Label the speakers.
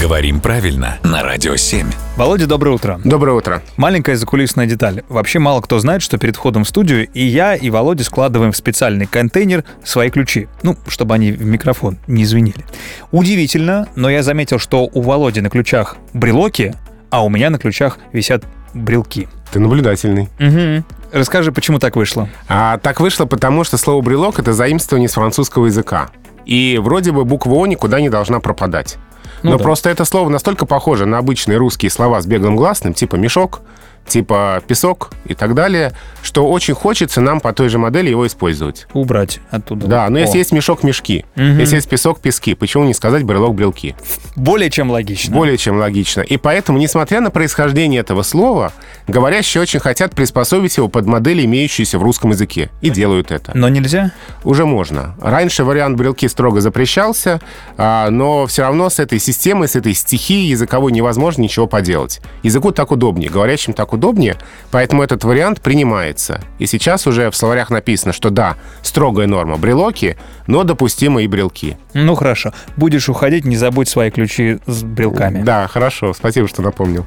Speaker 1: Говорим правильно на Радио 7.
Speaker 2: Володя, доброе утро.
Speaker 3: Доброе утро.
Speaker 2: Маленькая закулисная деталь. Вообще мало кто знает, что перед входом в студию и я, и Володя складываем в специальный контейнер свои ключи. Ну, чтобы они в микрофон не звенели. Удивительно, но я заметил, что у Володи на ключах брелоки, а у меня на ключах висят брелки.
Speaker 3: Ты наблюдательный.
Speaker 2: Угу. Расскажи, почему так вышло?
Speaker 3: А так вышло потому, что слово «брелок» — это заимствование с французского языка. И вроде бы буква «о» никуда не должна пропадать.
Speaker 2: Ну
Speaker 3: Но
Speaker 2: да.
Speaker 3: просто это слово настолько похоже на обычные русские слова с беглым гласным, типа «мешок», типа «песок» и так далее, что очень хочется нам по той же модели его использовать.
Speaker 2: Убрать оттуда.
Speaker 3: Да, но
Speaker 2: О,
Speaker 3: если есть мешок — мешки,
Speaker 2: Мгм.
Speaker 3: если есть песок — пески, почему не сказать «брелок-брелки»?
Speaker 2: Более чем логично.
Speaker 3: Более чем логично. И поэтому, несмотря на происхождение этого слова, говорящие очень хотят приспособить его под модель, имеющуюся в русском языке. И делают это.
Speaker 2: Но нельзя?
Speaker 3: Уже можно. Раньше вариант брелки строго запрещался, а, но все равно с этой системой, с этой стихией языковой невозможно ничего поделать. Языку так удобнее, говорящим так удобнее, поэтому этот вариант принимается. И сейчас уже в словарях написано, что да, строгая норма брелоки, но допустимы и брелки.
Speaker 2: Ну хорошо. Будешь уходить, не забудь свои ключи с брелками.
Speaker 3: Да, хорошо, спасибо, что напомнил.